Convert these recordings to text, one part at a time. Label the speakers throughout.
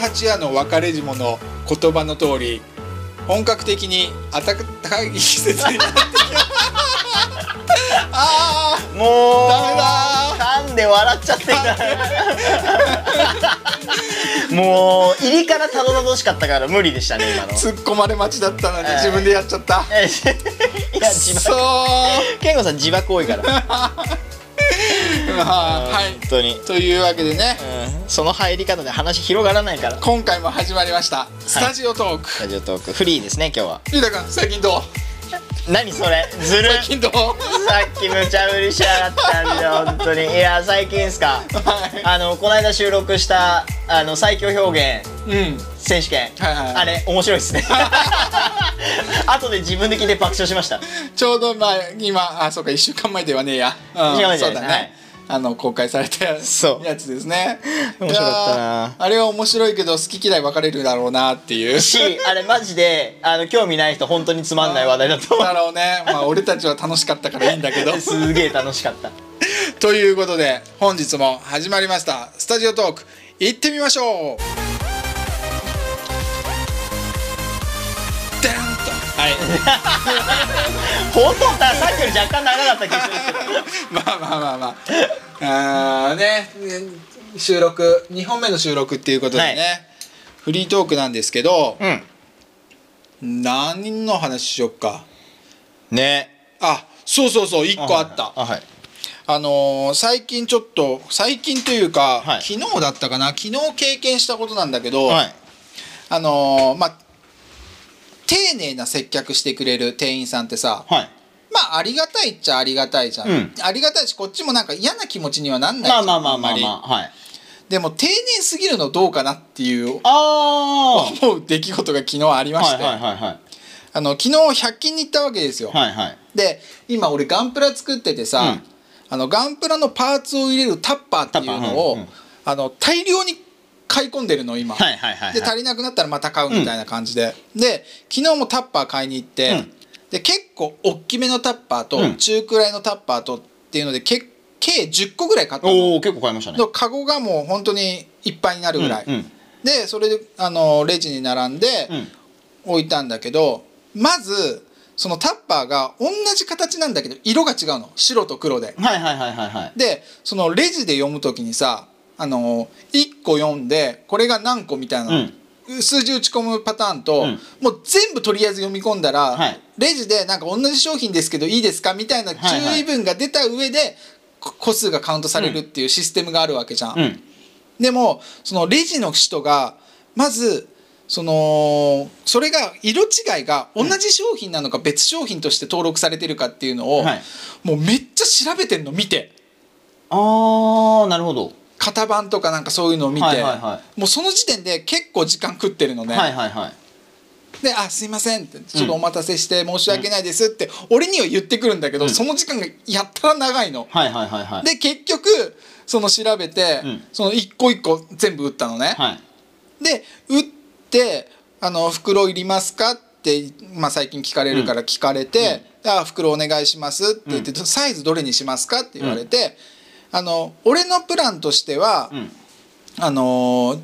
Speaker 1: 町屋の別れ島の言葉の通り本格的に暖かい季節になってきたあー
Speaker 2: もう
Speaker 1: ダ
Speaker 2: 噛んで笑っちゃってんだ もう入りからたどたどしかったから無理でしたね今の
Speaker 1: 突っ込まれ待ちだったのに
Speaker 2: はい
Speaker 1: 自分でやっちゃった
Speaker 2: いや自
Speaker 1: そう
Speaker 2: 爆健吾さん自爆多いから本
Speaker 1: はい
Speaker 2: 当に、
Speaker 1: というわけでね
Speaker 2: うん、その入り方で話広がらないから
Speaker 1: 今回も始まりましたスタジオトーク、
Speaker 2: ラジオトークフリーですね今日は
Speaker 1: ゆうたくん最近どう
Speaker 2: 何それずる
Speaker 1: 最近どう
Speaker 2: さっき無茶ぶりしやがったんで本当にいや最近ですか
Speaker 1: はい
Speaker 2: あのこの間収録したあの最強表
Speaker 1: う
Speaker 2: 現
Speaker 1: ん
Speaker 2: 選手権、
Speaker 1: はいはいはい
Speaker 2: あれ面白 いですね後で自分で聞いて爆笑し ました
Speaker 1: ちょうどまあ今あそうか1週間前ではねえや、うん
Speaker 2: 一週間前じ
Speaker 1: そ
Speaker 2: ゃ
Speaker 1: う
Speaker 2: ない
Speaker 1: だね、
Speaker 2: はい
Speaker 1: あの公開されたや
Speaker 2: そう
Speaker 1: つですね
Speaker 2: 面白かったない
Speaker 1: やーあれは面白いけど好き嫌い分かれるだろうなっていう
Speaker 2: しあれマジであの興味ない人本当につまんない話題だと思
Speaker 1: だろうねまあ俺たちは楽しかったからいいんだけ ど
Speaker 2: うすげえ楽しかった
Speaker 1: ということで本日も始まりましたスタジオトーク行ってみましょうでんとはい
Speaker 2: 本当ださっきより若干長かった気がするんですけど
Speaker 1: まあまあまあまああーね収録2本目の収録っていうことでね、
Speaker 2: はい
Speaker 1: フリートークなんですけど
Speaker 2: うん
Speaker 1: 何の話しよっか
Speaker 2: ね
Speaker 1: あそうそうそう1個あった
Speaker 2: あはい
Speaker 1: あのー最近ちょっと最近というか、
Speaker 2: はい
Speaker 1: 昨日だったかな昨日経験したことなんだけど、
Speaker 2: はい
Speaker 1: あのーまあ丁寧な接客してくれる店員さんってさ
Speaker 2: はい
Speaker 1: まあありがたいっちゃありがたいじゃん、
Speaker 2: うん
Speaker 1: ありがたいしこっちもなんか嫌な気持ちにはなんないじ
Speaker 2: ま
Speaker 1: ゃ
Speaker 2: あ
Speaker 1: ん
Speaker 2: まあまあま
Speaker 1: ん
Speaker 2: あ
Speaker 1: り
Speaker 2: まあはい
Speaker 1: でも丁寧すぎるのどうかなっていう
Speaker 2: あ
Speaker 1: 思う出来事が昨日あり
Speaker 2: あ
Speaker 1: まして、
Speaker 2: はいはいはい
Speaker 1: あの昨日100均に行ったわけですよ、
Speaker 2: はいはい
Speaker 1: で今俺ガンプラ作っててさ、
Speaker 2: うん
Speaker 1: あのガンプラのパーツを入れるタッパーっていうのを、
Speaker 2: タッパーうんうん
Speaker 1: あの大量に買い込んでるの今、
Speaker 2: はいはいはいはい
Speaker 1: で足りなくなったらまた買うみたいな感じで、で昨日もタッパー買いに行って、
Speaker 2: うん
Speaker 1: で結構大きめのタッパーと、
Speaker 2: うん
Speaker 1: 中くらいのタッパーとっていうのでけ計10個ぐらい買ったの
Speaker 2: おお結構買いましたね
Speaker 1: のカゴがもう本当にいっぱいになるぐらい、
Speaker 2: うんうん
Speaker 1: でそれであのレジに並んで
Speaker 2: うん
Speaker 1: 置いたんだけど、まずそのタッパーが同じ形なんだけど色が違うの白と黒で。
Speaker 2: はいはいはいはいはい
Speaker 1: でそのレジで読む時にさあの1個読んでこれが何個みたいな、数字打ち込むパターンと、
Speaker 2: うん
Speaker 1: もう全部とりあえず読み込んだら、
Speaker 2: はい
Speaker 1: レジでなんか同じ商品ですけどいいですかみたいな注
Speaker 2: はいはい
Speaker 1: 意文が出た上で、こ個数がカウントされるっていうシステムがあるわけじゃん。
Speaker 2: うん
Speaker 1: でもそのレジの人がまずそのそれが色違いが同じ商品なのか別商品として登録されてるかっていうのを、
Speaker 2: はい
Speaker 1: もうめっちゃ調べてんの見て
Speaker 2: ああなるほど
Speaker 1: 型番とかなんかそういうのを見て、
Speaker 2: はいはいは
Speaker 1: もうその時点で結構時間食ってるのね。
Speaker 2: はいはいはい
Speaker 1: で「あすいません」って「ちょっとお待たせして申し訳ないです」って俺には言ってくるんだけど、
Speaker 2: うん
Speaker 1: その時間がやったら長いの。
Speaker 2: はいはいはいはい
Speaker 1: で結局その調べて、
Speaker 2: うん
Speaker 1: その一個一個全部打ったのね。
Speaker 2: はい
Speaker 1: で打ってあの「袋いりますか?」って、まあ、最近聞かれるから聞かれて「あ袋お願いします」って言って、サイズどれにしますか?」って言われて、あの俺のプランとしては、
Speaker 2: うん
Speaker 1: あのー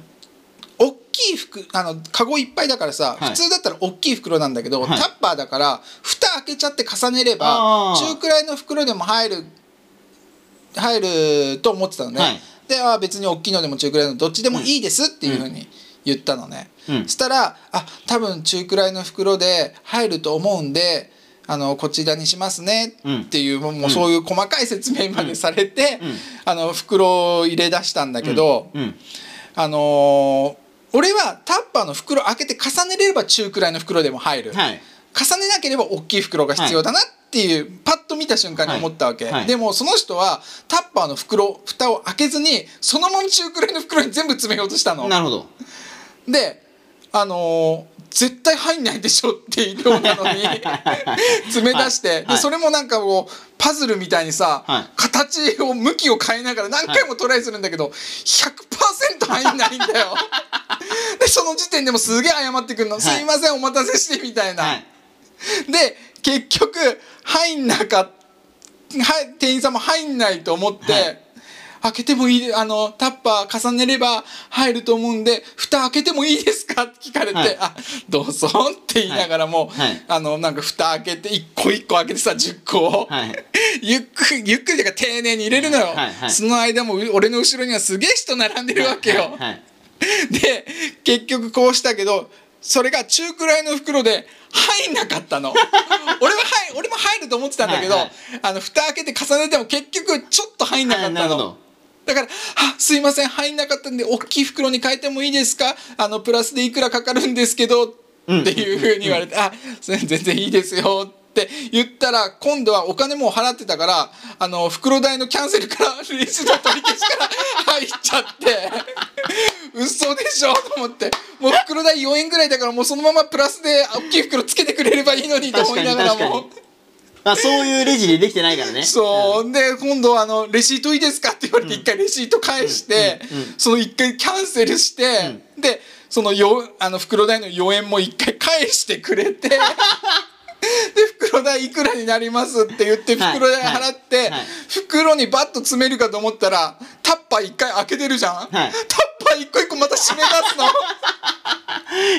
Speaker 1: 大きい服あのカゴいっぱいだからさ、
Speaker 2: はい
Speaker 1: 普通だったら大きい袋なんだけど、
Speaker 2: はい
Speaker 1: タッパーだから蓋開けちゃって重ねれば
Speaker 2: あー
Speaker 1: 中くらいの袋でも入る入ると思ってたのね、
Speaker 2: はい
Speaker 1: であー別に大きいのでも中くらいのどっちでもいいですっていうふうに言ったのね、
Speaker 2: うん
Speaker 1: したら「あ多分中くらいの袋で入ると思うんであのこちらにしますね」っていう、もうもうそういう細かい説明までされて、
Speaker 2: うんうん
Speaker 1: あの袋を入れ出したんだけど。
Speaker 2: うん
Speaker 1: あのー俺はタッパーの袋開けて重ねれれば中くらいの袋でも入る、
Speaker 2: はい
Speaker 1: 重ねなければ大きい袋が必要だなっていう、パッと見た瞬間に思ったわけ、
Speaker 2: はいはい
Speaker 1: でもその人はタッパーの袋蓋を開けずにそのまま中くらいの袋に全部詰めようとしたの
Speaker 2: なるほど
Speaker 1: であのー絶対入んないでしょっていう量なの に詰め出して、
Speaker 2: はい
Speaker 1: でそれもなんかこうパズルみたいにさ、
Speaker 2: はい
Speaker 1: 形を向きを変えながら何回もトライするんだけど、100%入んないんだ よでその時点でもすげえ謝ってくるの「
Speaker 2: い
Speaker 1: すいませんお待たせして」みたいな、
Speaker 2: はい
Speaker 1: で結局入んなかっは店員さんも入んないと思って、
Speaker 2: はい
Speaker 1: 開けてもいいであのタッパー重ねれば入ると思うんで蓋開けてもいいですか?」って聞かれて「
Speaker 2: はい
Speaker 1: あどうぞ」って言いながらも、
Speaker 2: はい
Speaker 1: あのなんか蓋開けて一個一個開けてさ10個を、
Speaker 2: はい
Speaker 1: ゆっくりゆっくりというか丁寧に入れるのよ、
Speaker 2: はいはい
Speaker 1: その間もう俺の後ろにはすげえ人並んでるわけよ、
Speaker 2: はいはい
Speaker 1: で結局こうしたけどそれが中くらいの袋で入んなかったの 俺は入俺も入ると思ってたんだけど、
Speaker 2: はいはい
Speaker 1: あの蓋開けて重ねても結局ちょっと入んなかっ
Speaker 2: あな
Speaker 1: た
Speaker 2: るほ
Speaker 1: の、
Speaker 2: ど
Speaker 1: だから「あすいません入んなかったんで大きい袋に変えてもいいですかあのプラスでいくらかかるんですけど」っていうふうに言われて「あすいません全然いいですよ」って言ったら今度はお金もう払ってたからあの袋代のキャンセルからリスト取り消しから入っちゃって。嘘でしょと思ってもう袋代4円ぐらいだからもうそのままプラスで大きい袋つけてくれればいいのにと思いながら
Speaker 2: 確か
Speaker 1: も
Speaker 2: に確かにまあそういうレジでできてないからね
Speaker 1: そう、で今度あの「レシートいいですか?」って言われて一回レシート返して、
Speaker 2: うんうんうん
Speaker 1: その一回キャンセルして、でそのよあの袋代の4円も一回返してくれ てで袋代いくらになりますって言って
Speaker 2: はい
Speaker 1: 袋代払って、
Speaker 2: はいはい
Speaker 1: 袋にバッと詰めるかと思ったらタッパー一回開けてるじゃん、タッパー一個一個また閉め出すの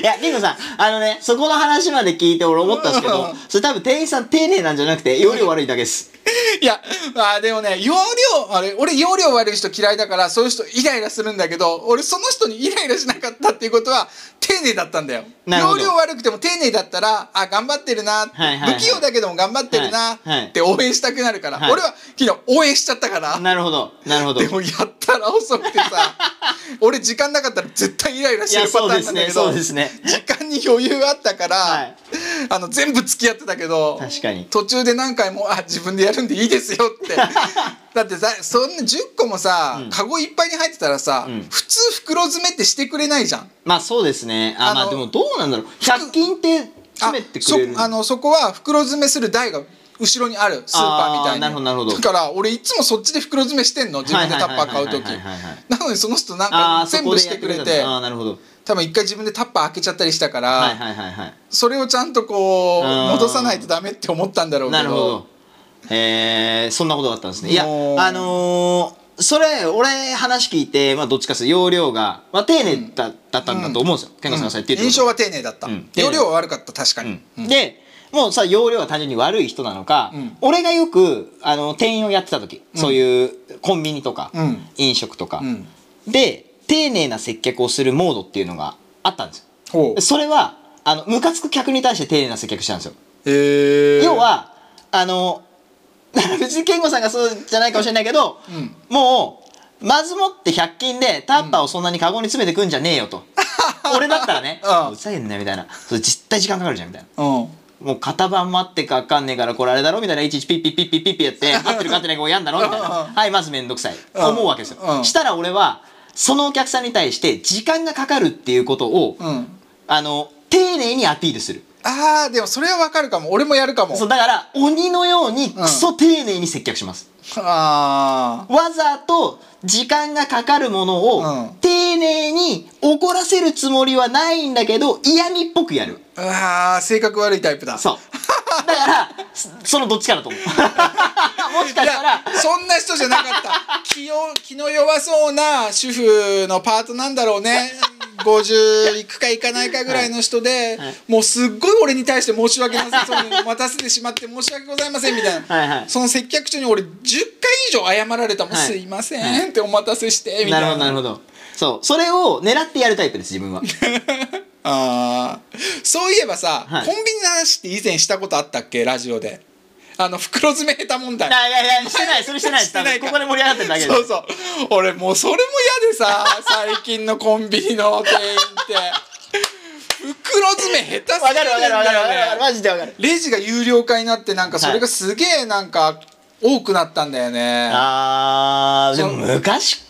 Speaker 2: いや、でもさ、あのね、そこの話まで聞いて俺思ったんですけ
Speaker 1: う
Speaker 2: ど
Speaker 1: ん、
Speaker 2: それ多分店員さん丁寧なんじゃなくて、容量悪いだけです。
Speaker 1: いやあーでもね容量あれ俺容量悪い人嫌いだからそういう人イライラするんだけど俺その人にイライラしなかったっていうことは丁寧だったんだよ
Speaker 2: なるほ
Speaker 1: 容
Speaker 2: ど
Speaker 1: 量悪くても丁寧だったらあ頑張ってるなって、
Speaker 2: はいはいはい
Speaker 1: 不器用だけども頑張ってるな
Speaker 2: はいはい
Speaker 1: って応援したくなるから、
Speaker 2: はい
Speaker 1: 俺は昨日応援しちゃったから、
Speaker 2: なるほど、なるほど。
Speaker 1: で
Speaker 2: い
Speaker 1: もやったら遅くて さ俺時間なかったら絶対イライラして
Speaker 2: や、
Speaker 1: るパ
Speaker 2: そう
Speaker 1: ターン
Speaker 2: で
Speaker 1: な
Speaker 2: す
Speaker 1: んだ
Speaker 2: ね、
Speaker 1: け
Speaker 2: そ
Speaker 1: ど、
Speaker 2: うですね。
Speaker 1: 時間に余裕あったから、
Speaker 2: はい
Speaker 1: あの全部付き合ってたけど
Speaker 2: 確かに
Speaker 1: 途中で何回も「あ自分でやるんでいいですよ」 ってだってさそんな10個もさ、
Speaker 2: うん
Speaker 1: カゴいっぱいに入ってたらさ、
Speaker 2: うん
Speaker 1: 普通袋詰めってしてくれないじゃん。
Speaker 2: まあそうですね。あ、
Speaker 1: あの
Speaker 2: まあでもどうなんだろう。100均って
Speaker 1: あ
Speaker 2: 詰めてくれる
Speaker 1: そあのそこは袋詰めする台が後ろにあるスーパーみたいに
Speaker 2: あーなるほどなるほど
Speaker 1: だから俺いつもそっちで袋詰めしてんの自分でタッパー買う時
Speaker 2: はいはいはいはいはいはい
Speaker 1: なのにその人なん
Speaker 2: あ
Speaker 1: か
Speaker 2: ーそ
Speaker 1: 全
Speaker 2: こ
Speaker 1: 部し
Speaker 2: でや
Speaker 1: てくれて
Speaker 2: たのあー、なるほど。
Speaker 1: 多分一回自分でタッパー開けちゃったりしたから、
Speaker 2: はいはいはいはい。
Speaker 1: それをちゃんとこう
Speaker 2: うん
Speaker 1: 戻さないとダメって思ったんだろうけど
Speaker 2: なるほど。えー、そんなことがあったんですね。いや、あ
Speaker 1: もう
Speaker 2: のーそれ、俺話聞いて、まあどっちかっすると容量が、まあ丁寧だ,、だったんだと思うんですよ。健康さんがさって言って
Speaker 1: 印象は丁寧だった、
Speaker 2: うん
Speaker 1: 容量は悪かった確かに、うん
Speaker 2: でもうさ容量は単純に悪い人なのか、
Speaker 1: うん
Speaker 2: 俺がよくあの店員をやってた時、そういうコンビニとか、
Speaker 1: うん
Speaker 2: 飲食とか
Speaker 1: う、ん
Speaker 2: で丁寧な接客をするモードっていうのがあったんです
Speaker 1: ほ
Speaker 2: よそれはあのムカつく客に対して丁寧な接客したんですよ、
Speaker 1: うへえ
Speaker 2: 要はあの別に健吾さんがそうじゃないかもしれないけど、
Speaker 1: うん
Speaker 2: もうまずもって100均でタッパーをそんなにカゴに詰めてくんじゃねえよと、俺だったらね
Speaker 1: うん
Speaker 2: もうざいんなみたいなそれ絶対時間かかるじゃんみたいな
Speaker 1: うん
Speaker 2: もう型番待ってかわかんねえからこれあれだろみたいないちいちピッピッピッピッピッピッやって合ってるか合ってないかこうやんだろみたいな
Speaker 1: うん
Speaker 2: はいまずめんどくさい
Speaker 1: うん
Speaker 2: 思うわけですよ
Speaker 1: うん
Speaker 2: したら俺はそのお客さんに対して時間がかかるっていうことを
Speaker 1: うん
Speaker 2: あの丁寧にアピールする
Speaker 1: あーでもそれはわかるかも俺もやるかも
Speaker 2: そうだから鬼のようにクソ丁寧に接客します
Speaker 1: あ
Speaker 2: わざと時間がかかるもの
Speaker 1: う
Speaker 2: を
Speaker 1: ん
Speaker 2: 丁寧に怒らせるつもりはないんだけど嫌味っぽくやる
Speaker 1: ーあー性格悪いタイプだ
Speaker 2: そうだからそそのどっちかだ と思うもしか
Speaker 1: い
Speaker 2: したら
Speaker 1: やそんな人じゃなかっ た気を気の弱そうな主婦のパートなんだろう ね50いくかいかないかぐらいの人で、
Speaker 2: はい
Speaker 1: もうすっごい俺に対して申し訳なさ そうに待たせてしまって申し訳ございませんみたいな、
Speaker 2: はいはい
Speaker 1: その接客中に俺10回以上謝られたもん、
Speaker 2: はい
Speaker 1: すいませ
Speaker 2: は
Speaker 1: んってお待たせしてみた
Speaker 2: ないる
Speaker 1: な
Speaker 2: ほどなるほどそうそれを狙ってやるタイプです自分は
Speaker 1: あーそういえばさ、
Speaker 2: はい
Speaker 1: コンビニの話って以前したことあったっけラジオであの袋詰め下手問題
Speaker 2: いやいやしてないそ れしてないです
Speaker 1: してないか
Speaker 2: 多分ここで盛り上がってるだけで
Speaker 1: そうそう俺もうそれも嫌でさ最近のコンビニの店員っ て袋詰め下手す
Speaker 2: わ
Speaker 1: ぎ
Speaker 2: かるわか
Speaker 1: るん
Speaker 2: るわかるわかる
Speaker 1: だ
Speaker 2: わか
Speaker 1: よね
Speaker 2: るマジでわかる
Speaker 1: レジが有料化になってなんかそれがすげえなんか多くなったんだよね、
Speaker 2: あーでも昔か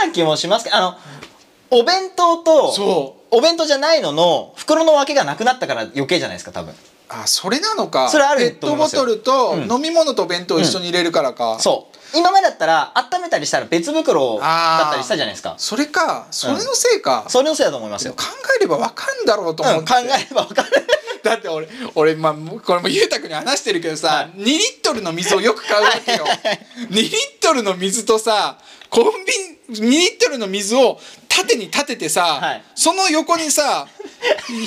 Speaker 2: らな気もしますけどあのお弁当と
Speaker 1: そう
Speaker 2: お弁当じゃないのの袋の分けがなくなったから余計じゃないですか多分
Speaker 1: あそれなのか
Speaker 2: それある
Speaker 1: ペッ
Speaker 2: と思
Speaker 1: ト
Speaker 2: いま
Speaker 1: ボ
Speaker 2: すよ
Speaker 1: トルと
Speaker 2: うん
Speaker 1: 飲み物と弁当一緒に入れるからか、
Speaker 2: そう今までだったら温めたりしたら別袋
Speaker 1: あー
Speaker 2: だったりしたじゃないですか
Speaker 1: それかそれのせいか、
Speaker 2: それのせいだと思いますよ
Speaker 1: 考えればわかるんだろうと思っ
Speaker 2: うん
Speaker 1: て、
Speaker 2: 考えればわかる
Speaker 1: だって俺俺、まあ、これもゆうたくんに話してるけどさ、
Speaker 2: はい
Speaker 1: 2リットルの水をよく買うわけよ2リットルの水とさコンビニ2リットルの水を縦に立ててさ、
Speaker 2: はい
Speaker 1: その横にさ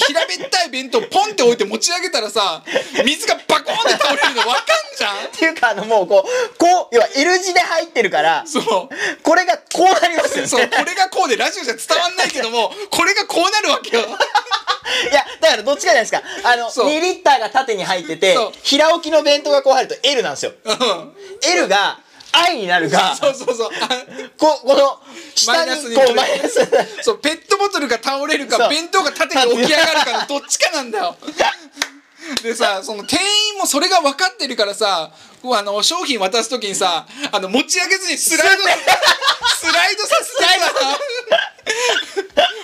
Speaker 1: 平べったい弁当ポンって置いて持ち上げたらさ水がバコーンって倒れるの分かんじゃん
Speaker 2: っていうかあのもうこうこう要は L 字で入ってるから
Speaker 1: そう
Speaker 2: これがこうなりますよね
Speaker 1: そうこれがこうでラジオじゃ伝わんないけどもこれがこうなるわけよ
Speaker 2: いやだからどっちかじゃないですかあの
Speaker 1: そう
Speaker 2: 2リッターが縦に入ってて
Speaker 1: そう
Speaker 2: 平置きの弁当がこう入ると L なんですよ
Speaker 1: うん。
Speaker 2: L が I になるが
Speaker 1: そうそうそうあ
Speaker 2: こうこの
Speaker 1: マ
Speaker 2: 下
Speaker 1: イナス
Speaker 2: に
Speaker 1: に
Speaker 2: こう
Speaker 1: 取れ
Speaker 2: マイナスになる
Speaker 1: そうペットボトルが倒れる
Speaker 2: そ
Speaker 1: か
Speaker 2: う
Speaker 1: 弁当が縦に起き上がる かのどっちかなんだよでさその店員もそれが分かってるからさこうあの商品渡す時にさあの持ち上げずにスライド スライドさせてさ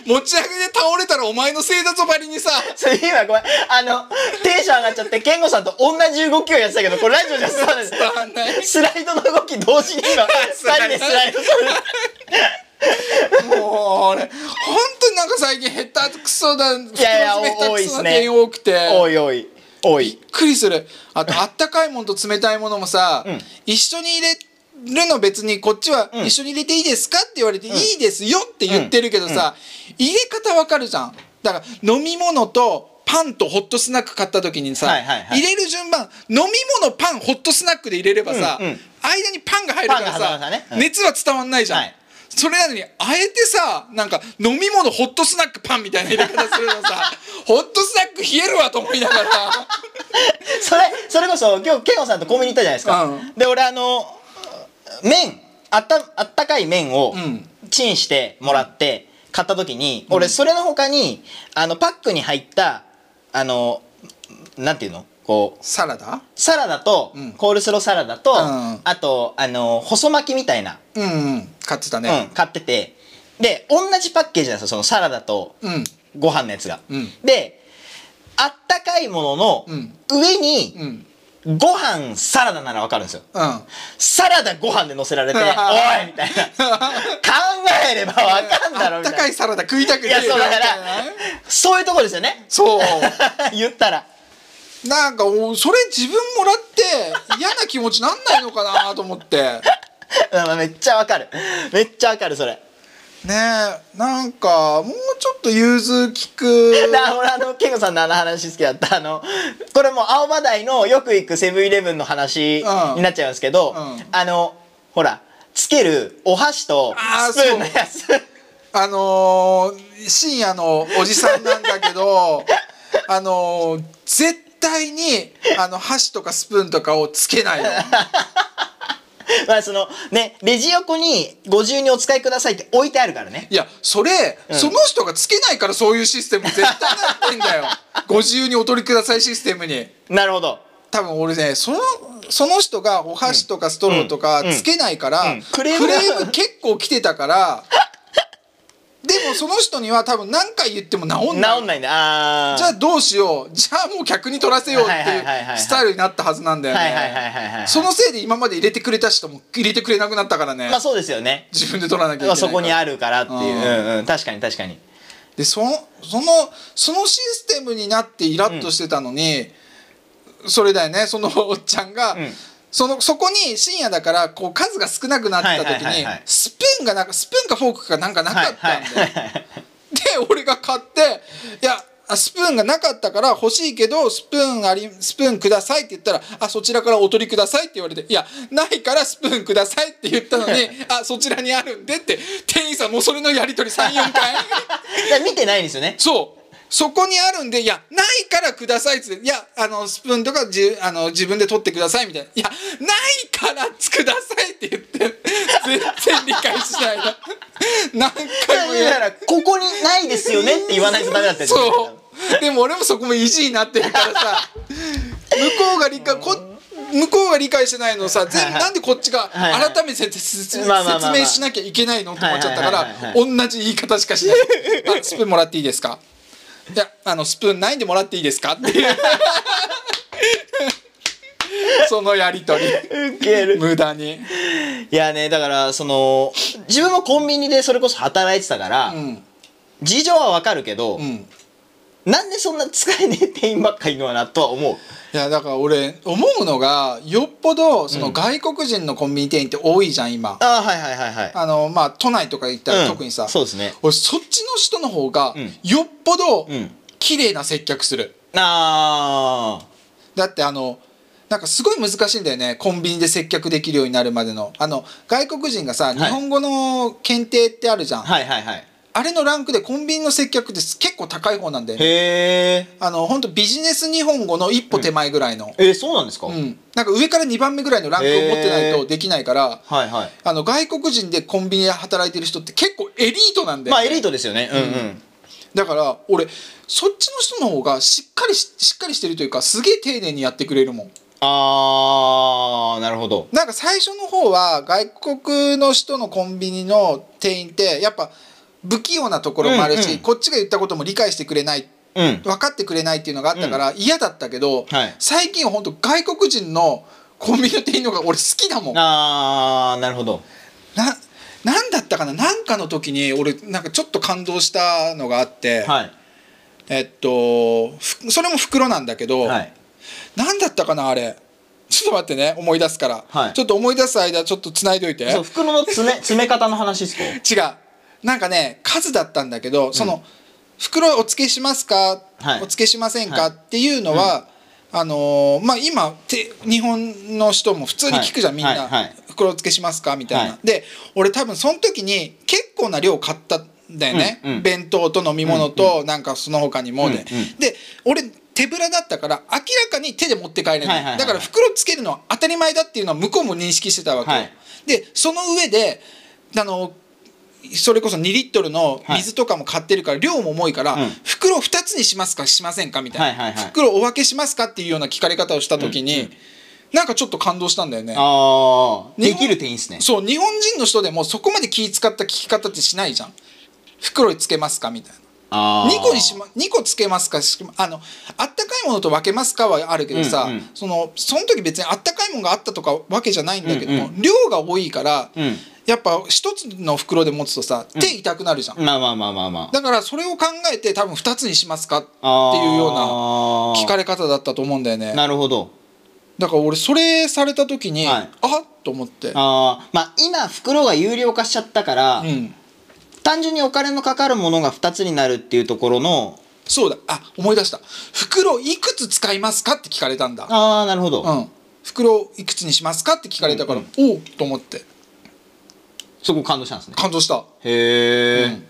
Speaker 1: 持ち上げで倒れたらお前のせいだぞばりにさ
Speaker 2: それ今ごめんあのテンション上がっちゃって健吾さんと同じ動きをやってたけどこれラジオじゃ伝わらない
Speaker 1: 伝わんない
Speaker 2: スライドの動き同時に今2人でスライドする
Speaker 1: もう俺本当になんか最近下手くそだ
Speaker 2: いやいや
Speaker 1: 袋詰め下手くそな
Speaker 2: 多いっすね
Speaker 1: 店員多くて
Speaker 2: おいおいおい
Speaker 1: びっくりするあとあったかいものと冷たいものもさ、
Speaker 2: ん
Speaker 1: 一緒に入れるの別にこっちは
Speaker 2: ん
Speaker 1: 一緒に入れていいですかって言われていいですよって言ってるけどさ、入れ方わかるじゃんだから飲み物とパンとホットスナック買った時にさ、
Speaker 2: はいはいはい
Speaker 1: 入れる順番飲み物パンホットスナックで入れればさ、
Speaker 2: うんうん
Speaker 1: 間にパンが入るから
Speaker 2: パンが挟ま
Speaker 1: さ
Speaker 2: るからねうん
Speaker 1: 熱は伝わんないじゃん、
Speaker 2: はい
Speaker 1: それなのにあえてさなんか飲み物ホットスナックパンみたいな入れ方するのさ ホットスナック冷えるわと思いながら。
Speaker 2: それそれこそ今日健吾さんとコンビニ行ったじゃないですか、
Speaker 1: うん
Speaker 2: で俺あの麺あったあったかい麺を
Speaker 1: うん
Speaker 2: チンしてもらって買った時に、俺それの他にあのパックに入ったあのなんていうのこう
Speaker 1: サラダ
Speaker 2: サラダと、
Speaker 1: うん
Speaker 2: コールスローサラダと、
Speaker 1: ん
Speaker 2: あとあの細巻きみたいな、
Speaker 1: うんうん買ってた
Speaker 2: うん、
Speaker 1: ね
Speaker 2: 買っててで同じパッケージなんですよそのサラダと
Speaker 1: うん、
Speaker 2: ご飯のやつが、
Speaker 1: うん
Speaker 2: であったかいものの
Speaker 1: うん
Speaker 2: 上に、
Speaker 1: うんうん
Speaker 2: ご飯サラダならわかるんですよサラダご飯で乗せ られて「おい!」みたいな考えればわかんだろ
Speaker 1: あっ
Speaker 2: み
Speaker 1: たか
Speaker 2: たいない
Speaker 1: サラダ食いたくね
Speaker 2: い
Speaker 1: えよ
Speaker 2: やそうだから
Speaker 1: みたいなね
Speaker 2: そういうとこですよね
Speaker 1: そう
Speaker 2: 言ったら
Speaker 1: なんかおそれ自分もらって嫌な気持ちなんないのかなと思って
Speaker 2: うんめっちゃわかるめっちゃわかるそれ
Speaker 1: ねえなんかもうちょっと融通きく
Speaker 2: だ俺あのケンゴさんのあの話好きだったあのこれもう青葉台のよく行くセブンイレブンの話
Speaker 1: うん
Speaker 2: になっちゃいますけど、
Speaker 1: うん
Speaker 2: あのほらつけるお箸と
Speaker 1: あー
Speaker 2: スプーンのやつ
Speaker 1: あのー深夜のおじさんなんだけどあのー絶対にあの箸とかスプーンとかをつけないの
Speaker 2: まあそのねレジ横に「ご自由にお使いください」って置いてあるからね
Speaker 1: いやそれ、
Speaker 2: うん
Speaker 1: その人がつけないからそういうシステム絶対なってんだ よご自由にお取りくださいシステムに
Speaker 2: なるほど
Speaker 1: 多分俺ねそのその人がお箸とかストローとか
Speaker 2: うん
Speaker 1: つけないから、
Speaker 2: うんうん
Speaker 1: ク
Speaker 2: ク
Speaker 1: レ
Speaker 2: レ
Speaker 1: ー
Speaker 2: ー
Speaker 1: ム
Speaker 2: ム
Speaker 1: 結構来てたからでもその人には多分何回言っても治んない
Speaker 2: 治んないんだあー
Speaker 1: じゃあどうしようじゃあもう客に取らせようって
Speaker 2: はいはいいはいは
Speaker 1: う
Speaker 2: い
Speaker 1: スタイルになったはずなんだよ
Speaker 2: はいはい
Speaker 1: ね
Speaker 2: はいはいはい
Speaker 1: そのせいで今まで入れてくれた人も入れてくれなくなったからね、
Speaker 2: まあそうですよね
Speaker 1: 自分で取らなきゃいけない
Speaker 2: ま
Speaker 1: か
Speaker 2: あ
Speaker 1: ら
Speaker 2: そこにあるからっていう、
Speaker 1: うん
Speaker 2: うんうん、確かに確かに
Speaker 1: でそそのそのシステムになってイラッとしてたのに、それだよねそのおっちゃんが、
Speaker 2: うん
Speaker 1: そのそこに深夜だからこう数が少なくなった時に、
Speaker 2: はいはいはいはい
Speaker 1: スプーンがなんかスプーンかフォークかなんかなかったんで、
Speaker 2: はい
Speaker 1: で俺が買っていやあスプーンがなかったから欲しいけどスプーンありスプーンくださいって言ったら「あそちらからお取りください」って言われて「いやないからスプーンください」って言ったの に「あそちらにあるんで」って店員さんもうそれのやり取り34回。
Speaker 2: だから見てないんですよね
Speaker 1: そうそこにあるんで「いやないからください」っつって「いやあのスプーンとかじあの自分で取ってください」みたいな「いやないからください」って言って全然理解しないの何回も言
Speaker 2: だ
Speaker 1: う
Speaker 2: からここにないですよねって言わないとダメだったりする
Speaker 1: そう でも俺もそこも意地になってるから さ向こうが理解こ向こうが理解してないのをさ全部
Speaker 2: はいはい
Speaker 1: なんでこっちが
Speaker 2: はいはい
Speaker 1: 改めて説説
Speaker 2: まあまあまあまあ
Speaker 1: 明しなきゃいけないのと思っちゃったか
Speaker 2: はいはいはい
Speaker 1: ら
Speaker 2: は
Speaker 1: 同じ言い方しか しない「あスプーンもらっていいですか?」「いやあのスプーンないんでもらっていいですか?」 っていうそのやり取り
Speaker 2: ウケる
Speaker 1: 無駄に
Speaker 2: いやねだからその自分もコンビニでそれこそ働いてたから、
Speaker 1: うん
Speaker 2: 事情はわかるけど、
Speaker 1: うん
Speaker 2: なんでそんな使えねえ店員ばっかいるのかなとは思う
Speaker 1: いやだから俺思うのがよっぽどその外国人のコンビニ店員って多いじゃん今、
Speaker 2: ああはいはいはいはい
Speaker 1: あのまあ都内とか行った
Speaker 2: う
Speaker 1: ら
Speaker 2: ん
Speaker 1: 特にさ、
Speaker 2: そうですね
Speaker 1: 俺そっちの人の方が
Speaker 2: うん
Speaker 1: よっぽど
Speaker 2: うん
Speaker 1: 綺麗な接客する、
Speaker 2: あ
Speaker 1: だってあのなんかすごい難しいんだよねコンビニで接客できるようになるまでのあの外国人がさ
Speaker 2: い
Speaker 1: 日本語の検定ってあるじゃん、
Speaker 2: あはいはいはい
Speaker 1: あれのランクでコンビニの接客って結構高い方なんだよね
Speaker 2: へー
Speaker 1: あの本当ビジネス日本語の一歩手前ぐらいの、
Speaker 2: えー、そうなんですか、
Speaker 1: うん
Speaker 2: はい
Speaker 1: なんか上から2番目ぐらいのランクを持ってない
Speaker 2: へ
Speaker 1: と
Speaker 2: ー
Speaker 1: できないから、
Speaker 2: は
Speaker 1: あの外国人でコンビニで働いてる人って結構エリートなん
Speaker 2: い
Speaker 1: だよ、
Speaker 2: ま
Speaker 1: ね
Speaker 2: あエリートですよねうんうん、
Speaker 1: だから俺そっちの人の方がしっかりししっかりしてるというかすげえ丁寧にやってくれるもん
Speaker 2: ああなるほど
Speaker 1: なんか最初の方は外国の人のコンビニの店員ってやっぱ不器用なところもあるし、
Speaker 2: うんうん
Speaker 1: こっちが言ったことも理解してくれない
Speaker 2: うん
Speaker 1: 分かってくれないっていうのがあったから嫌だったけど、
Speaker 2: はい
Speaker 1: 最近は本当外国人のコンビニの店員の方が俺好きだもんな
Speaker 2: ああなるほど
Speaker 1: なんだったかななんかの時に俺なんかちょっと感動したのがあって、
Speaker 2: はい
Speaker 1: えっとふそれも袋なんだけど、
Speaker 2: はい
Speaker 1: なんだったかなあれちょっと待ってね思い出すから、
Speaker 2: はい
Speaker 1: ちょっと思い出す間ちょっと繋いどいて
Speaker 2: そう袋の詰め詰め方の話ですか
Speaker 1: 違うなんかね数だったんだけどその、袋お付けしますか、
Speaker 2: はい
Speaker 1: お付けしませんか、
Speaker 2: はい
Speaker 1: っていうのは、あのーまあ今て日本の人も普通に聞くじゃん、
Speaker 2: は
Speaker 1: み
Speaker 2: い
Speaker 1: んな、
Speaker 2: はいはい
Speaker 1: 袋お付けしますかみたいな、
Speaker 2: は
Speaker 1: で俺多分その時に結構な量買ったんだよね、
Speaker 2: うんうん
Speaker 1: 弁当と飲み物と、なんかその他にもで、
Speaker 2: うんうん
Speaker 1: で俺手ぶらだったから明らかに手で持って帰れない,、
Speaker 2: はいはいはい
Speaker 1: だから袋つけるのは当たり前だっていうのは向こうも認識してたわけよ、
Speaker 2: はい
Speaker 1: でその上であのそれこそ2リットルの水とかも買ってるから、量も重いから、
Speaker 2: うん
Speaker 1: 袋を2つにしますかしませんかみたいな、
Speaker 2: はいはいはい
Speaker 1: 袋をお分けしますかっていうような聞かれ方をした時に、
Speaker 2: うんうん
Speaker 1: なんかちょっと感動したんだよね。
Speaker 2: ああ
Speaker 1: 日
Speaker 2: で
Speaker 1: 本
Speaker 2: きる店員ですね
Speaker 1: そう日本人の人でもそこまで気使った聞き方ってしないじゃん袋につけますかみたいな
Speaker 2: あ
Speaker 1: 2個にし、
Speaker 2: ま
Speaker 1: ま、2個つけますかしあのあったかいものと分けますかはあるけどさ、
Speaker 2: うんうん
Speaker 1: そのその時別にあったかいものがあったとかわけじゃないんだけども、
Speaker 2: うん
Speaker 1: 量が多いから、
Speaker 2: うん
Speaker 1: やっぱ一つの袋で持つとさ手痛くなるじゃん、
Speaker 2: まあまあまあまあまあ
Speaker 1: だからそれを考えて多分2つにしますかって
Speaker 2: あー
Speaker 1: いうような聞かれ方だったと思うんだよね
Speaker 2: なるほど
Speaker 1: だから俺それされた時に、
Speaker 2: はい
Speaker 1: あっと思って
Speaker 2: あーまあ今袋が有料化しちゃったから、
Speaker 1: うん
Speaker 2: 単純にお金のかかるものが2つになるっていうところの
Speaker 1: そうだあ思い出した袋いくつ使いますかって聞かれたんだ
Speaker 2: ああなるほど、
Speaker 1: うん袋いくつにしますかって聞かれたから、
Speaker 2: うん
Speaker 1: おうと思って
Speaker 2: そこ感動したんですね
Speaker 1: 感動した
Speaker 2: へえ、
Speaker 1: うん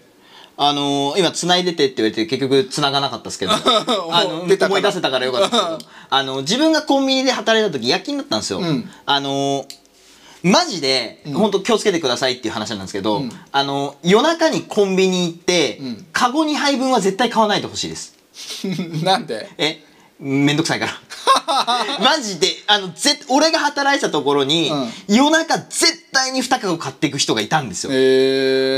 Speaker 2: あのー今繋いでてって言われて結局繋がなかった ですけどあの
Speaker 1: 出たかな
Speaker 2: 思い出せたからよか ったですけどあの自分がコンビニで働いた時夜勤だったんですよ、
Speaker 1: うん
Speaker 2: あのーマジで、
Speaker 1: うん
Speaker 2: 本当気をつけてくださいっていう話なんですけど、
Speaker 1: うん
Speaker 2: あの夜中にコンビニ行って、
Speaker 1: うん
Speaker 2: カゴ2杯分は絶対買わないでほしいです
Speaker 1: なんで
Speaker 2: えめんどくさ いからマジであのぜ俺が働いてたところに、
Speaker 1: う
Speaker 2: 夜中絶対に2カゴ買っていく人がいたんですよ、
Speaker 1: え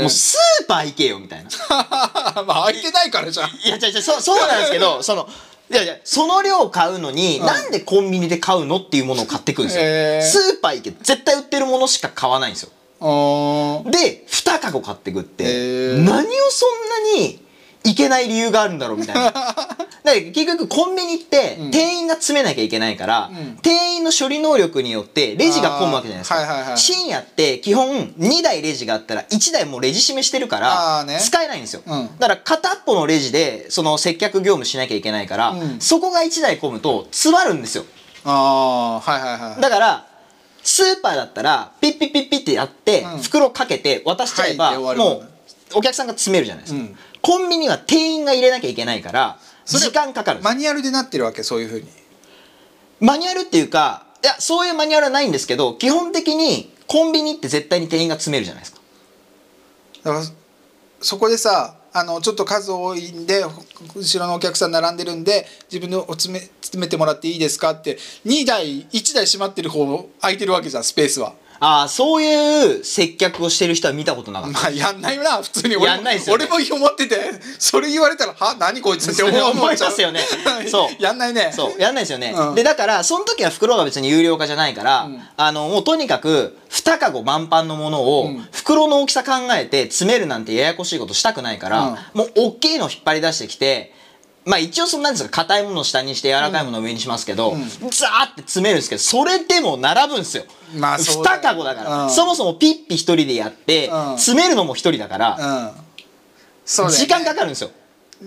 Speaker 1: ー、
Speaker 2: もうスーパー行けよみたい
Speaker 1: ま
Speaker 2: な
Speaker 1: あ空いてないからじゃん
Speaker 2: いや違う違うそうそうなんです けどそのいやいやその量買うのに、
Speaker 1: うん
Speaker 2: なんでコンビニで買うのっていうものを買ってくるんですよ、
Speaker 1: へー
Speaker 2: スーパー行け絶対売ってるものしか買わないんですよ
Speaker 1: あー
Speaker 2: で2カゴ買ってくって、
Speaker 1: へー
Speaker 2: 何をそんなにいけない理由があるんだろうみたい なだから結局コンビニって
Speaker 1: うん
Speaker 2: 店員が詰めなきゃいけないから、
Speaker 1: うん
Speaker 2: 店員の処理能力によってレジが混むわけじゃないですか、
Speaker 1: あーはいはいはい
Speaker 2: 深夜って基本2台レジがあったら1台もうレジ締めしてるか
Speaker 1: あ
Speaker 2: ら、
Speaker 1: ーね
Speaker 2: 使えないんですよ、
Speaker 1: うん
Speaker 2: だから片っぽのレジでその接客業務しなきゃいけないから、
Speaker 1: うん
Speaker 2: そこが1台混むと詰まるんですよ
Speaker 1: あーはいはいはい
Speaker 2: だからスーパーだったらピッピッピッピッってやって、
Speaker 1: うん
Speaker 2: 袋かけて渡しちゃえば、
Speaker 1: はいで終わるもん
Speaker 2: も
Speaker 1: ね
Speaker 2: うお客さんが詰めるじゃないですか、
Speaker 1: うん
Speaker 2: コンビニは店員が入れなきゃいけないから
Speaker 1: それ
Speaker 2: 時間かかるんです
Speaker 1: マニュアルでなってるわけそういうふうに
Speaker 2: マニュアルっていうかいやそういうマニュアルはないんですけど基本的にコンビニって絶対に店員が詰めるじゃないですか
Speaker 1: だからそこでさあのちょっと数多いんでほ後ろのお客さん並んでるんで自分でお詰め詰めてもらっていいですかって2台1台閉まってる方空いてるわけじゃんスペースは
Speaker 2: ああそういう接客をしてる人は見たことなかった
Speaker 1: まあやんないよな普通に俺も
Speaker 2: やんないですよね
Speaker 1: 俺も思っててそれ言われたら「は何こいつ」って思う
Speaker 2: 思いま すよねそう
Speaker 1: やんないね
Speaker 2: そうやんないですよね、
Speaker 1: うん
Speaker 2: でだからその時は袋が別に有料化じゃないから、
Speaker 1: うん
Speaker 2: あのもうとにかく2カゴ満帆のものを
Speaker 1: うん
Speaker 2: 袋の大きさ考えて詰めるなんてややこしいことしたくないから、もう大きいの引っ張り出してきてまあ一応そんなんですが硬いものを下にして柔らかいものを上にしますけど、
Speaker 1: うん
Speaker 2: ザーって詰めるんですけどそれでも並ぶんですよ、
Speaker 1: まあそうだよ
Speaker 2: 2カゴだから、
Speaker 1: うん
Speaker 2: そもそもピッピ一人でやって、
Speaker 1: うん
Speaker 2: 詰めるのも一人だから、
Speaker 1: うんそうだよね
Speaker 2: 時間かかるんですよ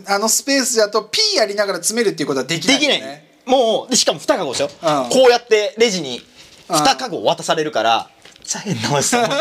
Speaker 1: あのスペースだとピーやりながら詰めるっていうことはできな
Speaker 2: で
Speaker 1: い
Speaker 2: き
Speaker 1: よ
Speaker 2: ない、
Speaker 1: ね
Speaker 2: もうでしかも2カゴでしょ、
Speaker 1: ん
Speaker 2: こうやってレジに
Speaker 1: うん
Speaker 2: 2カゴ渡されるから、大変なお じさんって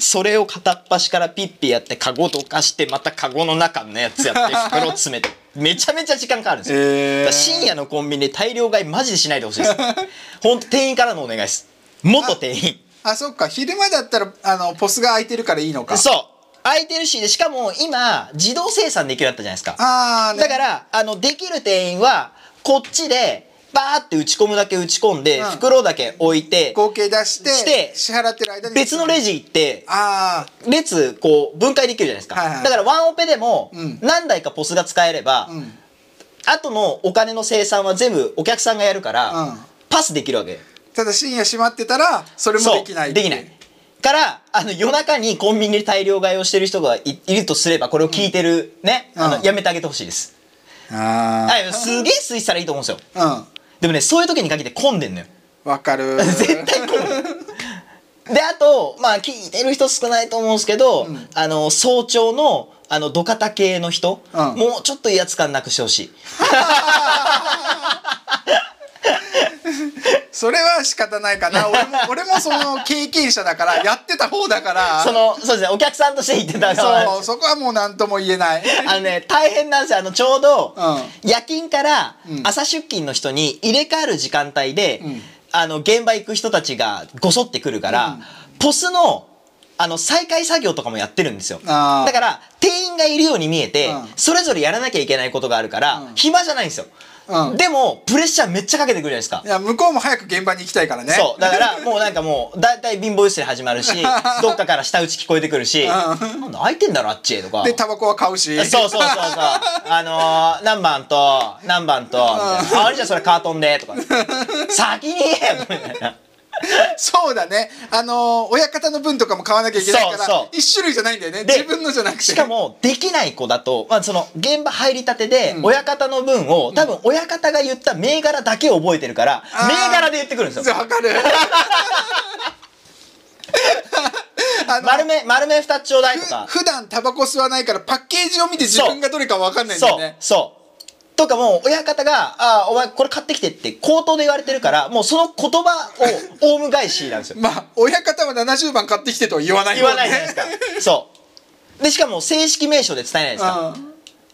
Speaker 2: それを片っ端からピッピやってカゴどかしてまたカゴの中のやつやって袋詰めてめちゃめちゃ時間かかるんですよ、
Speaker 1: へー
Speaker 2: だから深夜のコンビニで大量買いマジでしないでほしいです ほんと店員からのお願いです元店員
Speaker 1: あそっか昼間だったらあのポスが空いてるからいいのか
Speaker 2: そう空いてるしでしかも今自動生産できるようになったじゃないですか
Speaker 1: ああ、ね、
Speaker 2: だからあのできる店員はこっちでバーって打ち込むだけ打ち込んで、
Speaker 1: うん
Speaker 2: 袋だけ置いて
Speaker 1: 合計出して
Speaker 2: して
Speaker 1: 支払ってる間に
Speaker 2: 別のレジ行って
Speaker 1: ああ
Speaker 2: 列こう分解できるじゃないですか、
Speaker 1: はいはい
Speaker 2: だからワンオペでも
Speaker 1: うん
Speaker 2: 何台かポスが使えれば、
Speaker 1: うん
Speaker 2: 後のお金の生産は全部お客さんがやるから、
Speaker 1: うん
Speaker 2: パスできるわけ
Speaker 1: ただ深夜閉まってたらそれもできないって
Speaker 2: できないからあの夜中にコンビニで大量買いをしてる人がいいるとすればこれを聞いてるね、あ
Speaker 1: うん
Speaker 2: のやめてあげてほしいです、
Speaker 1: ああ
Speaker 2: はい、すげえ推したらいいと思うんです
Speaker 1: う
Speaker 2: よ
Speaker 1: ん
Speaker 2: でもねそういう時に限って混んでんのよ
Speaker 1: わかる
Speaker 2: 絶対混むであとまあ聞いてる人少ないと思うんですけど、
Speaker 1: うん
Speaker 2: あの早朝のあの土方系の人、
Speaker 1: うん
Speaker 2: もうちょっと威圧感なくしてほしい
Speaker 1: それは仕方ないかな 俺も俺もその経験者だからやってた方だから
Speaker 2: そのそうですねお客さんとして言ってたから
Speaker 1: そうそこはもう何とも言えない
Speaker 2: あのね大変なんですよあのちょうど、
Speaker 1: う
Speaker 2: 夜勤から
Speaker 1: うん
Speaker 2: 朝出勤の人に入れ替わる時間帯で、
Speaker 1: うん
Speaker 2: あの現場行く人たちがごそってくるから、ポスのあの再開作業とかもやってるんですよ
Speaker 1: あー
Speaker 2: だから店員がいるように見えて、
Speaker 1: うん
Speaker 2: それぞれやらなきゃいけないことがあるから、
Speaker 1: うん
Speaker 2: 暇じゃないんですよ、
Speaker 1: うん
Speaker 2: でもプレッシャーめっちゃかけてくるじゃないですか
Speaker 1: いや向こうも早く現場に行きたいからね
Speaker 2: そうだからもうなんかもう大体貧乏ゆすり始 まるしどっかから舌打ち聞こえてくるし「
Speaker 1: ん
Speaker 2: なんだ開いてんだろあっちへ」とか
Speaker 1: でタバコは買うし
Speaker 2: そうそうそうそう。あのー、何番と、何番と、みたいなあ、あれじゃんそれカートンで、と か。先に言えよみたいな。
Speaker 1: そうだねあのー親方の分とかも買わなきゃいけないから
Speaker 2: そうそう
Speaker 1: 一種類じゃないんだよね
Speaker 2: で
Speaker 1: 自分のじゃなくて
Speaker 2: しかも、できない子だと、まあ、その、現場入りたてで
Speaker 1: う、ん
Speaker 2: 親方の分を、多分、親方が言った銘柄だけを覚えてるから、
Speaker 1: あー
Speaker 2: 銘柄で言ってくるんですよ。
Speaker 1: わかる あの
Speaker 2: 丸目、丸目二つちょうだいとか。
Speaker 1: ふ普段タバコ吸わないからパッケージを見て自分がどれかわかんないんだ
Speaker 2: そ
Speaker 1: よ
Speaker 2: う
Speaker 1: ね、
Speaker 2: そう。とかもう、親方が、ああ、お前これ買ってきてって、口頭で言われてるから、もうその言葉を、オウム返しなんですよ。
Speaker 1: まあ親方は70番買ってきてとは言 わない
Speaker 2: 言
Speaker 1: もん
Speaker 2: わ
Speaker 1: ね
Speaker 2: ないじゃないですかそうでしかも正式名称で伝えないですか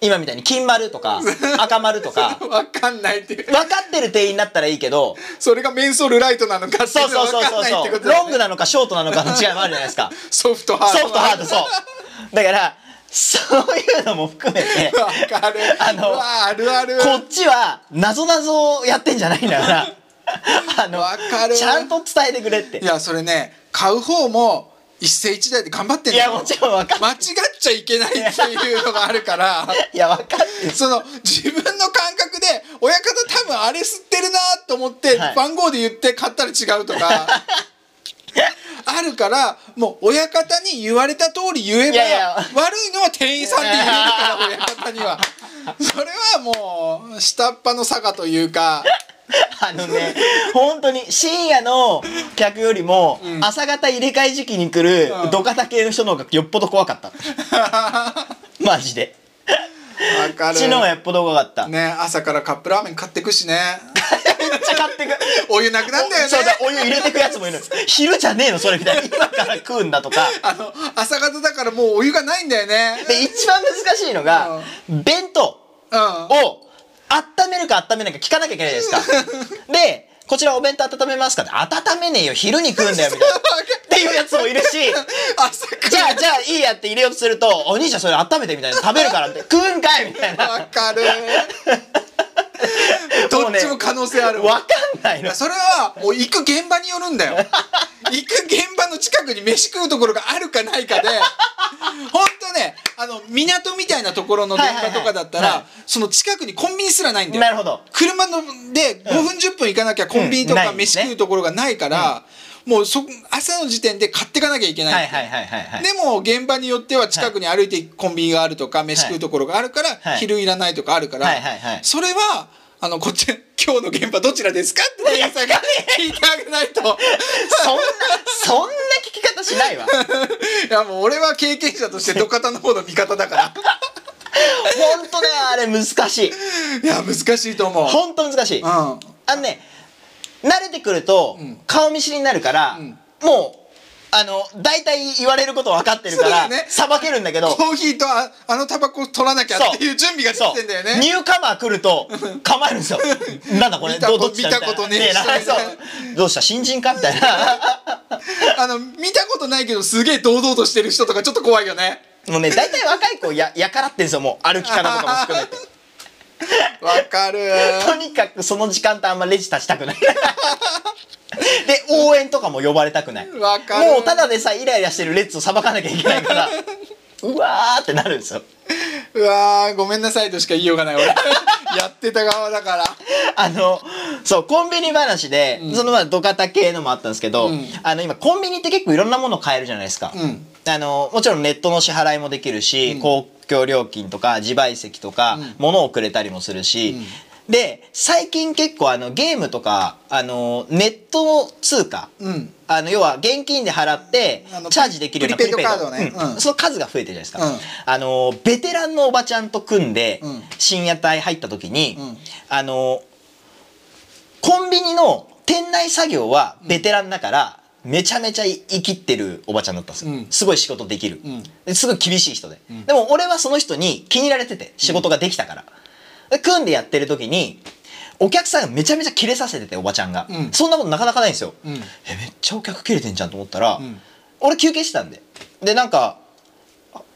Speaker 2: 今みたいに金丸と か赤丸とか
Speaker 1: うんわかんないっていう
Speaker 2: 分かってる店員だったらいい けど
Speaker 1: それがメンソールライトなのかってい
Speaker 2: そう
Speaker 1: うの
Speaker 2: そう
Speaker 1: は
Speaker 2: そ
Speaker 1: わ
Speaker 2: う
Speaker 1: かん
Speaker 2: そ
Speaker 1: な
Speaker 2: う
Speaker 1: いってこ
Speaker 2: そう
Speaker 1: とだよ
Speaker 2: ロ
Speaker 1: ね
Speaker 2: ングなのかショートなのかの違いもあるじゃない ですか
Speaker 1: ソフトハード
Speaker 2: ソフトハードそうだからそういうのも含 めて
Speaker 1: わかる
Speaker 2: あの
Speaker 1: うわあるある
Speaker 2: こっちはなぞなぞをやってんじゃないんだからあの
Speaker 1: わかる
Speaker 2: ちゃんと伝えてくれって
Speaker 1: いやそれね買う方も一世一代で頑張ってん
Speaker 2: い
Speaker 1: だ
Speaker 2: や
Speaker 1: よ
Speaker 2: もちろん分かっ
Speaker 1: 間違っちゃいけないっていうのがあるから
Speaker 2: いや分かって る
Speaker 1: その自分の感覚で親方多分あれ吸ってるなと思って、
Speaker 2: はい
Speaker 1: 番号で言って買ったら違うと かあるからもう親方に言われた通り言えば
Speaker 2: いやいや
Speaker 1: 悪いのは店員さんって言えるから親方には。それはもう下っ端の差がというか
Speaker 2: あのね、本当に深夜の客よりも、朝方入れ替え時期に来る
Speaker 1: うん
Speaker 2: 土方系の人の方がよっぽど怖かった。マジで。
Speaker 1: わか
Speaker 2: う
Speaker 1: る
Speaker 2: ちの方がよっぽど怖かった。めっ
Speaker 1: ね朝からカップラーメン買ってくしね
Speaker 2: ちゃ買ってく。
Speaker 1: お湯なくなんだよね
Speaker 2: そうだ、お湯入れてくやつもいる。昼じゃねえの、それみたいな。今から食うんだとか。
Speaker 1: あの朝方だからもうお湯がないんだよね
Speaker 2: で、一番難しいのが、弁当
Speaker 1: うん
Speaker 2: を温めるか温めないか聞かなきゃいけないじゃないです か。で、こちらお弁当温めますかって、温めねえよ、昼に食うんだよ、みたいな。っていうやつもいるし、
Speaker 1: 朝か
Speaker 2: じゃあ、じゃあ、いいやって入れようとすると、お兄ちゃんそれ温めてみたいな、食べるからって、食うんかいみたい
Speaker 1: ら
Speaker 2: な。
Speaker 1: わ かるどっちも可能性ある
Speaker 2: わかんないの。
Speaker 1: それはもう行く現場によるんだよ 行く現場の近くに飯食うところがあるかないかでほんとねあの港みたいなところの現場とかだったら、
Speaker 2: はいはいはいは
Speaker 1: その近くにコンビニすらないんだよ
Speaker 2: なるほど。
Speaker 1: 車ので5分10分行かなきゃコンビニと
Speaker 2: うんな
Speaker 1: か
Speaker 2: いんです
Speaker 1: 飯
Speaker 2: ね
Speaker 1: 食うところがないから、もうそ朝の時点で買ってかなきゃいけないん
Speaker 2: は
Speaker 1: だ
Speaker 2: い
Speaker 1: よ
Speaker 2: はいはいはいはい
Speaker 1: でも現場によっては近くに歩いてコンビニがあるとか飯食うところがあるから
Speaker 2: はい
Speaker 1: 昼いらないとかあるから
Speaker 2: はいはいはい
Speaker 1: それはあのこっち 今日の現場どちらですかって店員さんが聞いてあげないと
Speaker 2: そんなそんな聞き方しない わ
Speaker 1: いやもう俺は経験者として土方の方の味方だ から
Speaker 2: 本当ねあれ難しい
Speaker 1: いや難しいと思う。
Speaker 2: 本当難しい
Speaker 1: うん、は
Speaker 2: あのね慣れてくると
Speaker 1: うん
Speaker 2: 顔見知りになるから、
Speaker 1: ん
Speaker 2: もうあの大体言われること分かってるか
Speaker 1: そ
Speaker 2: ら
Speaker 1: うだよね
Speaker 2: さば、けるんだけど
Speaker 1: コーヒーとああのタバコ取らなきゃ
Speaker 2: そう
Speaker 1: っていう準備がで
Speaker 2: そ
Speaker 1: き
Speaker 2: う
Speaker 1: てんだよね
Speaker 2: ニューカマー来 ると構えるんですよなんだこれ
Speaker 1: 見た
Speaker 2: ど
Speaker 1: こ
Speaker 2: うどっちだ
Speaker 1: 見たことねえ
Speaker 2: みたい
Speaker 1: 人
Speaker 2: な
Speaker 1: みたいな
Speaker 2: そうどうした新人かみたいな
Speaker 1: あの見たことないけどすげえ堂々としてる人とかちょっと怖いよね
Speaker 2: もうね大体若い子ややからってんですよもう歩き方とかも含めて
Speaker 1: わかる
Speaker 2: とにかくその時間とあんまレジ立ちたくない で応援とかも呼ばれたくない
Speaker 1: わかる
Speaker 2: もうただでさイライラしてるレッツをさばかなきゃいけないから うわーってなるんですよ
Speaker 1: うわーごめんなさいとしか言いようがない 俺やってた側だから
Speaker 2: あのそうコンビニ話で、そのまあ土方系のもあったんですけど、
Speaker 1: うん
Speaker 2: あの今コンビニって結構いろんなもの買えるじゃないですか、
Speaker 1: うん
Speaker 2: あのもちろんネットの支払いもできるし、
Speaker 1: ん
Speaker 2: 公共料金とか自賠責とか、
Speaker 1: ん
Speaker 2: 物をくれたりもするし、で最近結構あのゲームとかあのネット通貨、
Speaker 1: うん
Speaker 2: あの要は現金で払って
Speaker 1: あの
Speaker 2: チャージできるような
Speaker 1: プリペイド
Speaker 2: プリ
Speaker 1: カードね
Speaker 2: うん
Speaker 1: うん
Speaker 2: その数が増えてるじゃないですか、
Speaker 1: うん
Speaker 2: あのベテランのおばちゃんと組んで、
Speaker 1: うん
Speaker 2: 深夜帯入った時に、
Speaker 1: うん
Speaker 2: あのコンビニの店内作業はベテランだから、めちゃめちゃ生きってるおばちゃんだったんですよ、
Speaker 1: うん
Speaker 2: すごい仕事できる、
Speaker 1: うん
Speaker 2: ですごい厳しい人で、でも俺はその人に気に入られてて仕事ができたから、で組んでやってる時にお客さんがめちゃめちゃキレさせてておばちゃんが、
Speaker 1: うん
Speaker 2: そんなことなかなかないんですよ、
Speaker 1: うん
Speaker 2: えめっちゃお客切れてんじゃんと思ったら、
Speaker 1: ん
Speaker 2: 俺休憩してたんででなんか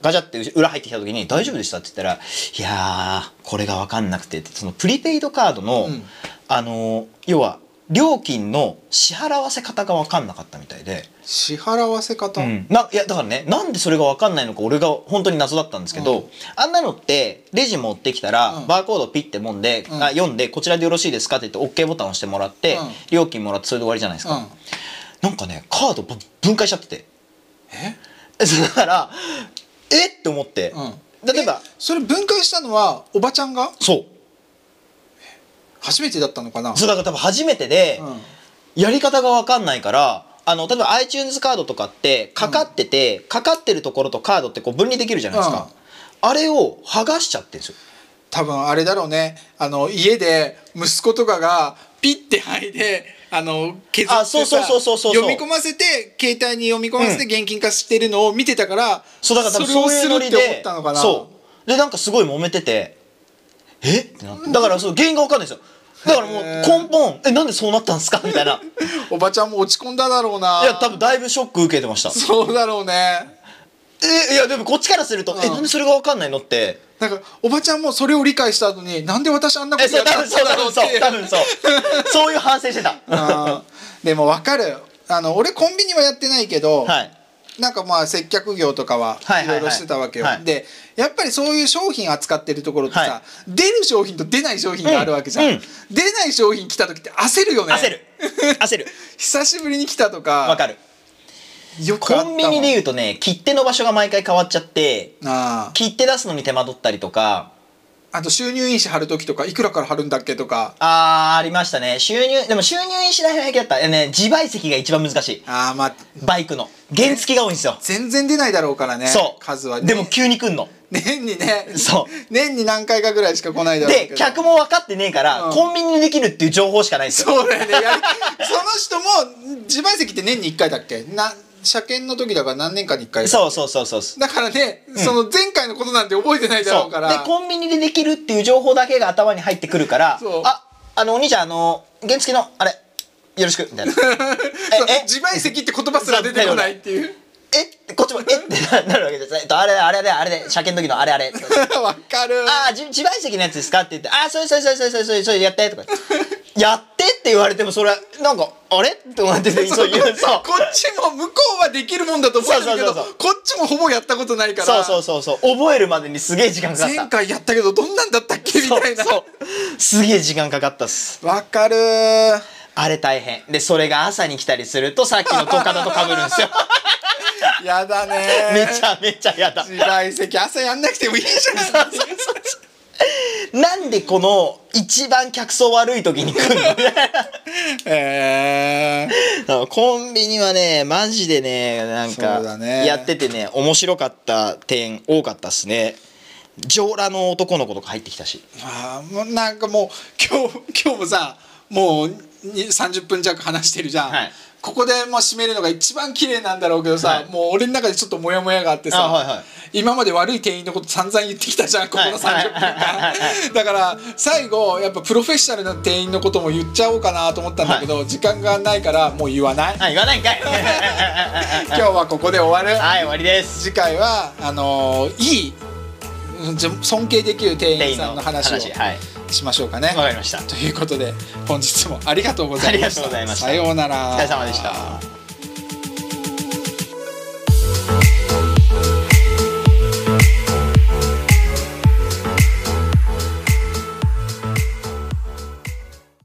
Speaker 2: ガチャって裏入ってきた時に「大丈夫でした?」って言ったら「いやーこれが分かんなくて」ってそのプリペイドカードの、
Speaker 1: うん
Speaker 2: あのー要は料金の支払わせ方が分かんなかったみたいで、
Speaker 1: 支払わせ方、
Speaker 2: ないやだからねなんでそれが分かんないのか俺が本当に謎だったんですけど、
Speaker 1: うん
Speaker 2: あんなのってレジ持ってきたら、
Speaker 1: うん
Speaker 2: バーコードピッてもんで、
Speaker 1: うん
Speaker 2: あ読んで「こちらでよろしいですか?」って言って OK ボタン押してもらって、
Speaker 1: うん
Speaker 2: 料金もらってそれで終わりじゃないですか、
Speaker 1: う
Speaker 2: なんかねカードぶ分解しちゃってて
Speaker 1: ん、え
Speaker 2: だからえって思って、
Speaker 1: うん
Speaker 2: 例えば
Speaker 1: それ分解したのはおばちゃんが
Speaker 2: そう
Speaker 1: 初めてだったのかな
Speaker 2: それだから多分初めてで、
Speaker 1: うん
Speaker 2: やり方が分かんないからあの例えば iTunes カードとかってかかってて、かかってるところとカードってこう分離できるじゃないですか、あれを剥がしちゃってるんですよ
Speaker 1: 多分あれだろうねあの家で息子とかがピッて剥いであの削ってさ
Speaker 2: あそうそうそうそうそうそう
Speaker 1: 読み込ませて携帯に読み込ませて現金化してるのを見てたから、
Speaker 2: そうだから多分そういうノリ
Speaker 1: それをするって思
Speaker 2: で
Speaker 1: ったのかな
Speaker 2: そうでなんかすごい揉めててえってなってだからそう原因が分かんないですよだからもう
Speaker 1: へー
Speaker 2: 根本えなんでそうなったんですかみたい ない
Speaker 1: おばちゃんも落ち込んだだろうない
Speaker 2: や多分だいぶショック受けてました
Speaker 1: そうだろうね
Speaker 2: えいやでもこっちからすると、
Speaker 1: うん
Speaker 2: えなんでそれが分かんないのって
Speaker 1: なんかおばちゃんもそれを理解した後になんで私あんなこと
Speaker 2: えそ
Speaker 1: や
Speaker 2: う
Speaker 1: った
Speaker 2: 多分そ
Speaker 1: ん
Speaker 2: う
Speaker 1: だ
Speaker 2: 多
Speaker 1: ろう
Speaker 2: 分
Speaker 1: っ
Speaker 2: そう多
Speaker 1: て
Speaker 2: 分そうそういう反省してた
Speaker 1: あーでも分かるあの俺コンビニはやってないけど、
Speaker 2: はい
Speaker 1: なんかまあ接客業とかは
Speaker 2: はい
Speaker 1: い
Speaker 2: はい
Speaker 1: ろ
Speaker 2: はい
Speaker 1: いろしてたわけよ、
Speaker 2: はい
Speaker 1: でやっぱりそういう商品扱ってるところってさ、
Speaker 2: は
Speaker 1: 出る商品と出ない商品があるわけじゃん、
Speaker 2: うんうん
Speaker 1: 出ない商品来た時って焦るよね
Speaker 2: 焦る焦る
Speaker 1: 久しぶりに来たとか
Speaker 2: わかる
Speaker 1: よくあった
Speaker 2: コンビニで
Speaker 1: う
Speaker 2: 言うとね切手の場所が毎回変わっちゃって
Speaker 1: あ
Speaker 2: 切手出すのに手間取ったりとか
Speaker 1: ああと収入印紙貼る時とかいくらから貼るんだっけとか
Speaker 2: あーありましたね収入でも収入印紙代は平気だった、えね、自賠責が一番難しい
Speaker 1: ああまあ
Speaker 2: バイクの原付が多いんですよ、
Speaker 1: 全然出ないだろうからね
Speaker 2: そう
Speaker 1: 数は、ね、
Speaker 2: でも急に来んの
Speaker 1: 年にね
Speaker 2: そう
Speaker 1: 年に何回かぐらいしか来ないだろうけ
Speaker 2: で
Speaker 1: ど
Speaker 2: 客も分かってねえから、
Speaker 1: うん
Speaker 2: コンビニでできるっていう情報しかないんですよ
Speaker 1: そうだよねやり その人も自賠責って年に1回だっけな車検の時だから何年かに1回だっけ
Speaker 2: そうそうそうそうそう
Speaker 1: だからね、その前回のことなんて覚えてないだろうから
Speaker 2: でコンビニでできるっていう情報だけが頭に入ってくるから
Speaker 1: そう
Speaker 2: ああのお兄ちゃんあの原付のあれよろしくみたいな
Speaker 1: そう
Speaker 2: ええ
Speaker 1: 自賠責って言葉すら出てこないっていう
Speaker 2: えってこっちもえってなるわけです、えっと、あれあれあれあれで車検の時のあれあれ
Speaker 1: わかる
Speaker 2: ああ自自賠責のやつですかって言って「ああそれそれそれそれそれそれそれやって」とか 「やって」って言われてもそれなんか「あれ?」って思ってて
Speaker 1: そ
Speaker 2: そうういうそう
Speaker 1: こっちも向こうはできるもんだと思ってるけど
Speaker 2: そうそうそう
Speaker 1: こっちもほぼやったことないから
Speaker 2: そうそうそうそう覚えるまでにすげえ時間かかった
Speaker 1: 前回やったけどどんなんだったっけみたいな
Speaker 2: そうそうすげえ時間かかったっす
Speaker 1: わかる
Speaker 2: あれ大変でそれが朝に来たりするとさっきのトカダとかぶるん ですよ
Speaker 1: やだね
Speaker 2: めちゃめちゃやだ
Speaker 1: 自賠責朝やんなくてもいいじゃん
Speaker 2: なんでこの一番客層悪い時に来るの
Speaker 1: え
Speaker 2: あのコンビニはねマジでねなん
Speaker 1: そうだ
Speaker 2: か
Speaker 1: ね
Speaker 2: やっててね面白かった点多かったっすね上裸の男の子とか入ってきたし
Speaker 1: ー、あーもうなんかもう今日今日もさもうに30分弱話してるじゃん、
Speaker 2: はい
Speaker 1: ここでもう締めるのが一番綺麗なんだろうけどさ、
Speaker 2: はい
Speaker 1: もう俺の中でちょっとモヤモヤがあってさ
Speaker 2: あはいはい
Speaker 1: 今まで悪い店員のこと散々言ってきたじゃんここの
Speaker 2: はい
Speaker 1: 30分
Speaker 2: はい
Speaker 1: 間だから最後やっぱプロフェッショナルな店員のことも言っちゃおうかなと思ったんだけど、時間がないからもう言わない
Speaker 2: あ言わないんかい
Speaker 1: 今日はここで終わる
Speaker 2: はい終わりです
Speaker 1: 次回はあのーいいうんじゃ尊敬できる店員さんの話を
Speaker 2: 店員のはい
Speaker 1: しましょうかね。
Speaker 2: わかりました
Speaker 1: ということで本日もありがとうございました。
Speaker 2: ありがとうございました
Speaker 1: さようなら。
Speaker 2: お疲れ様でした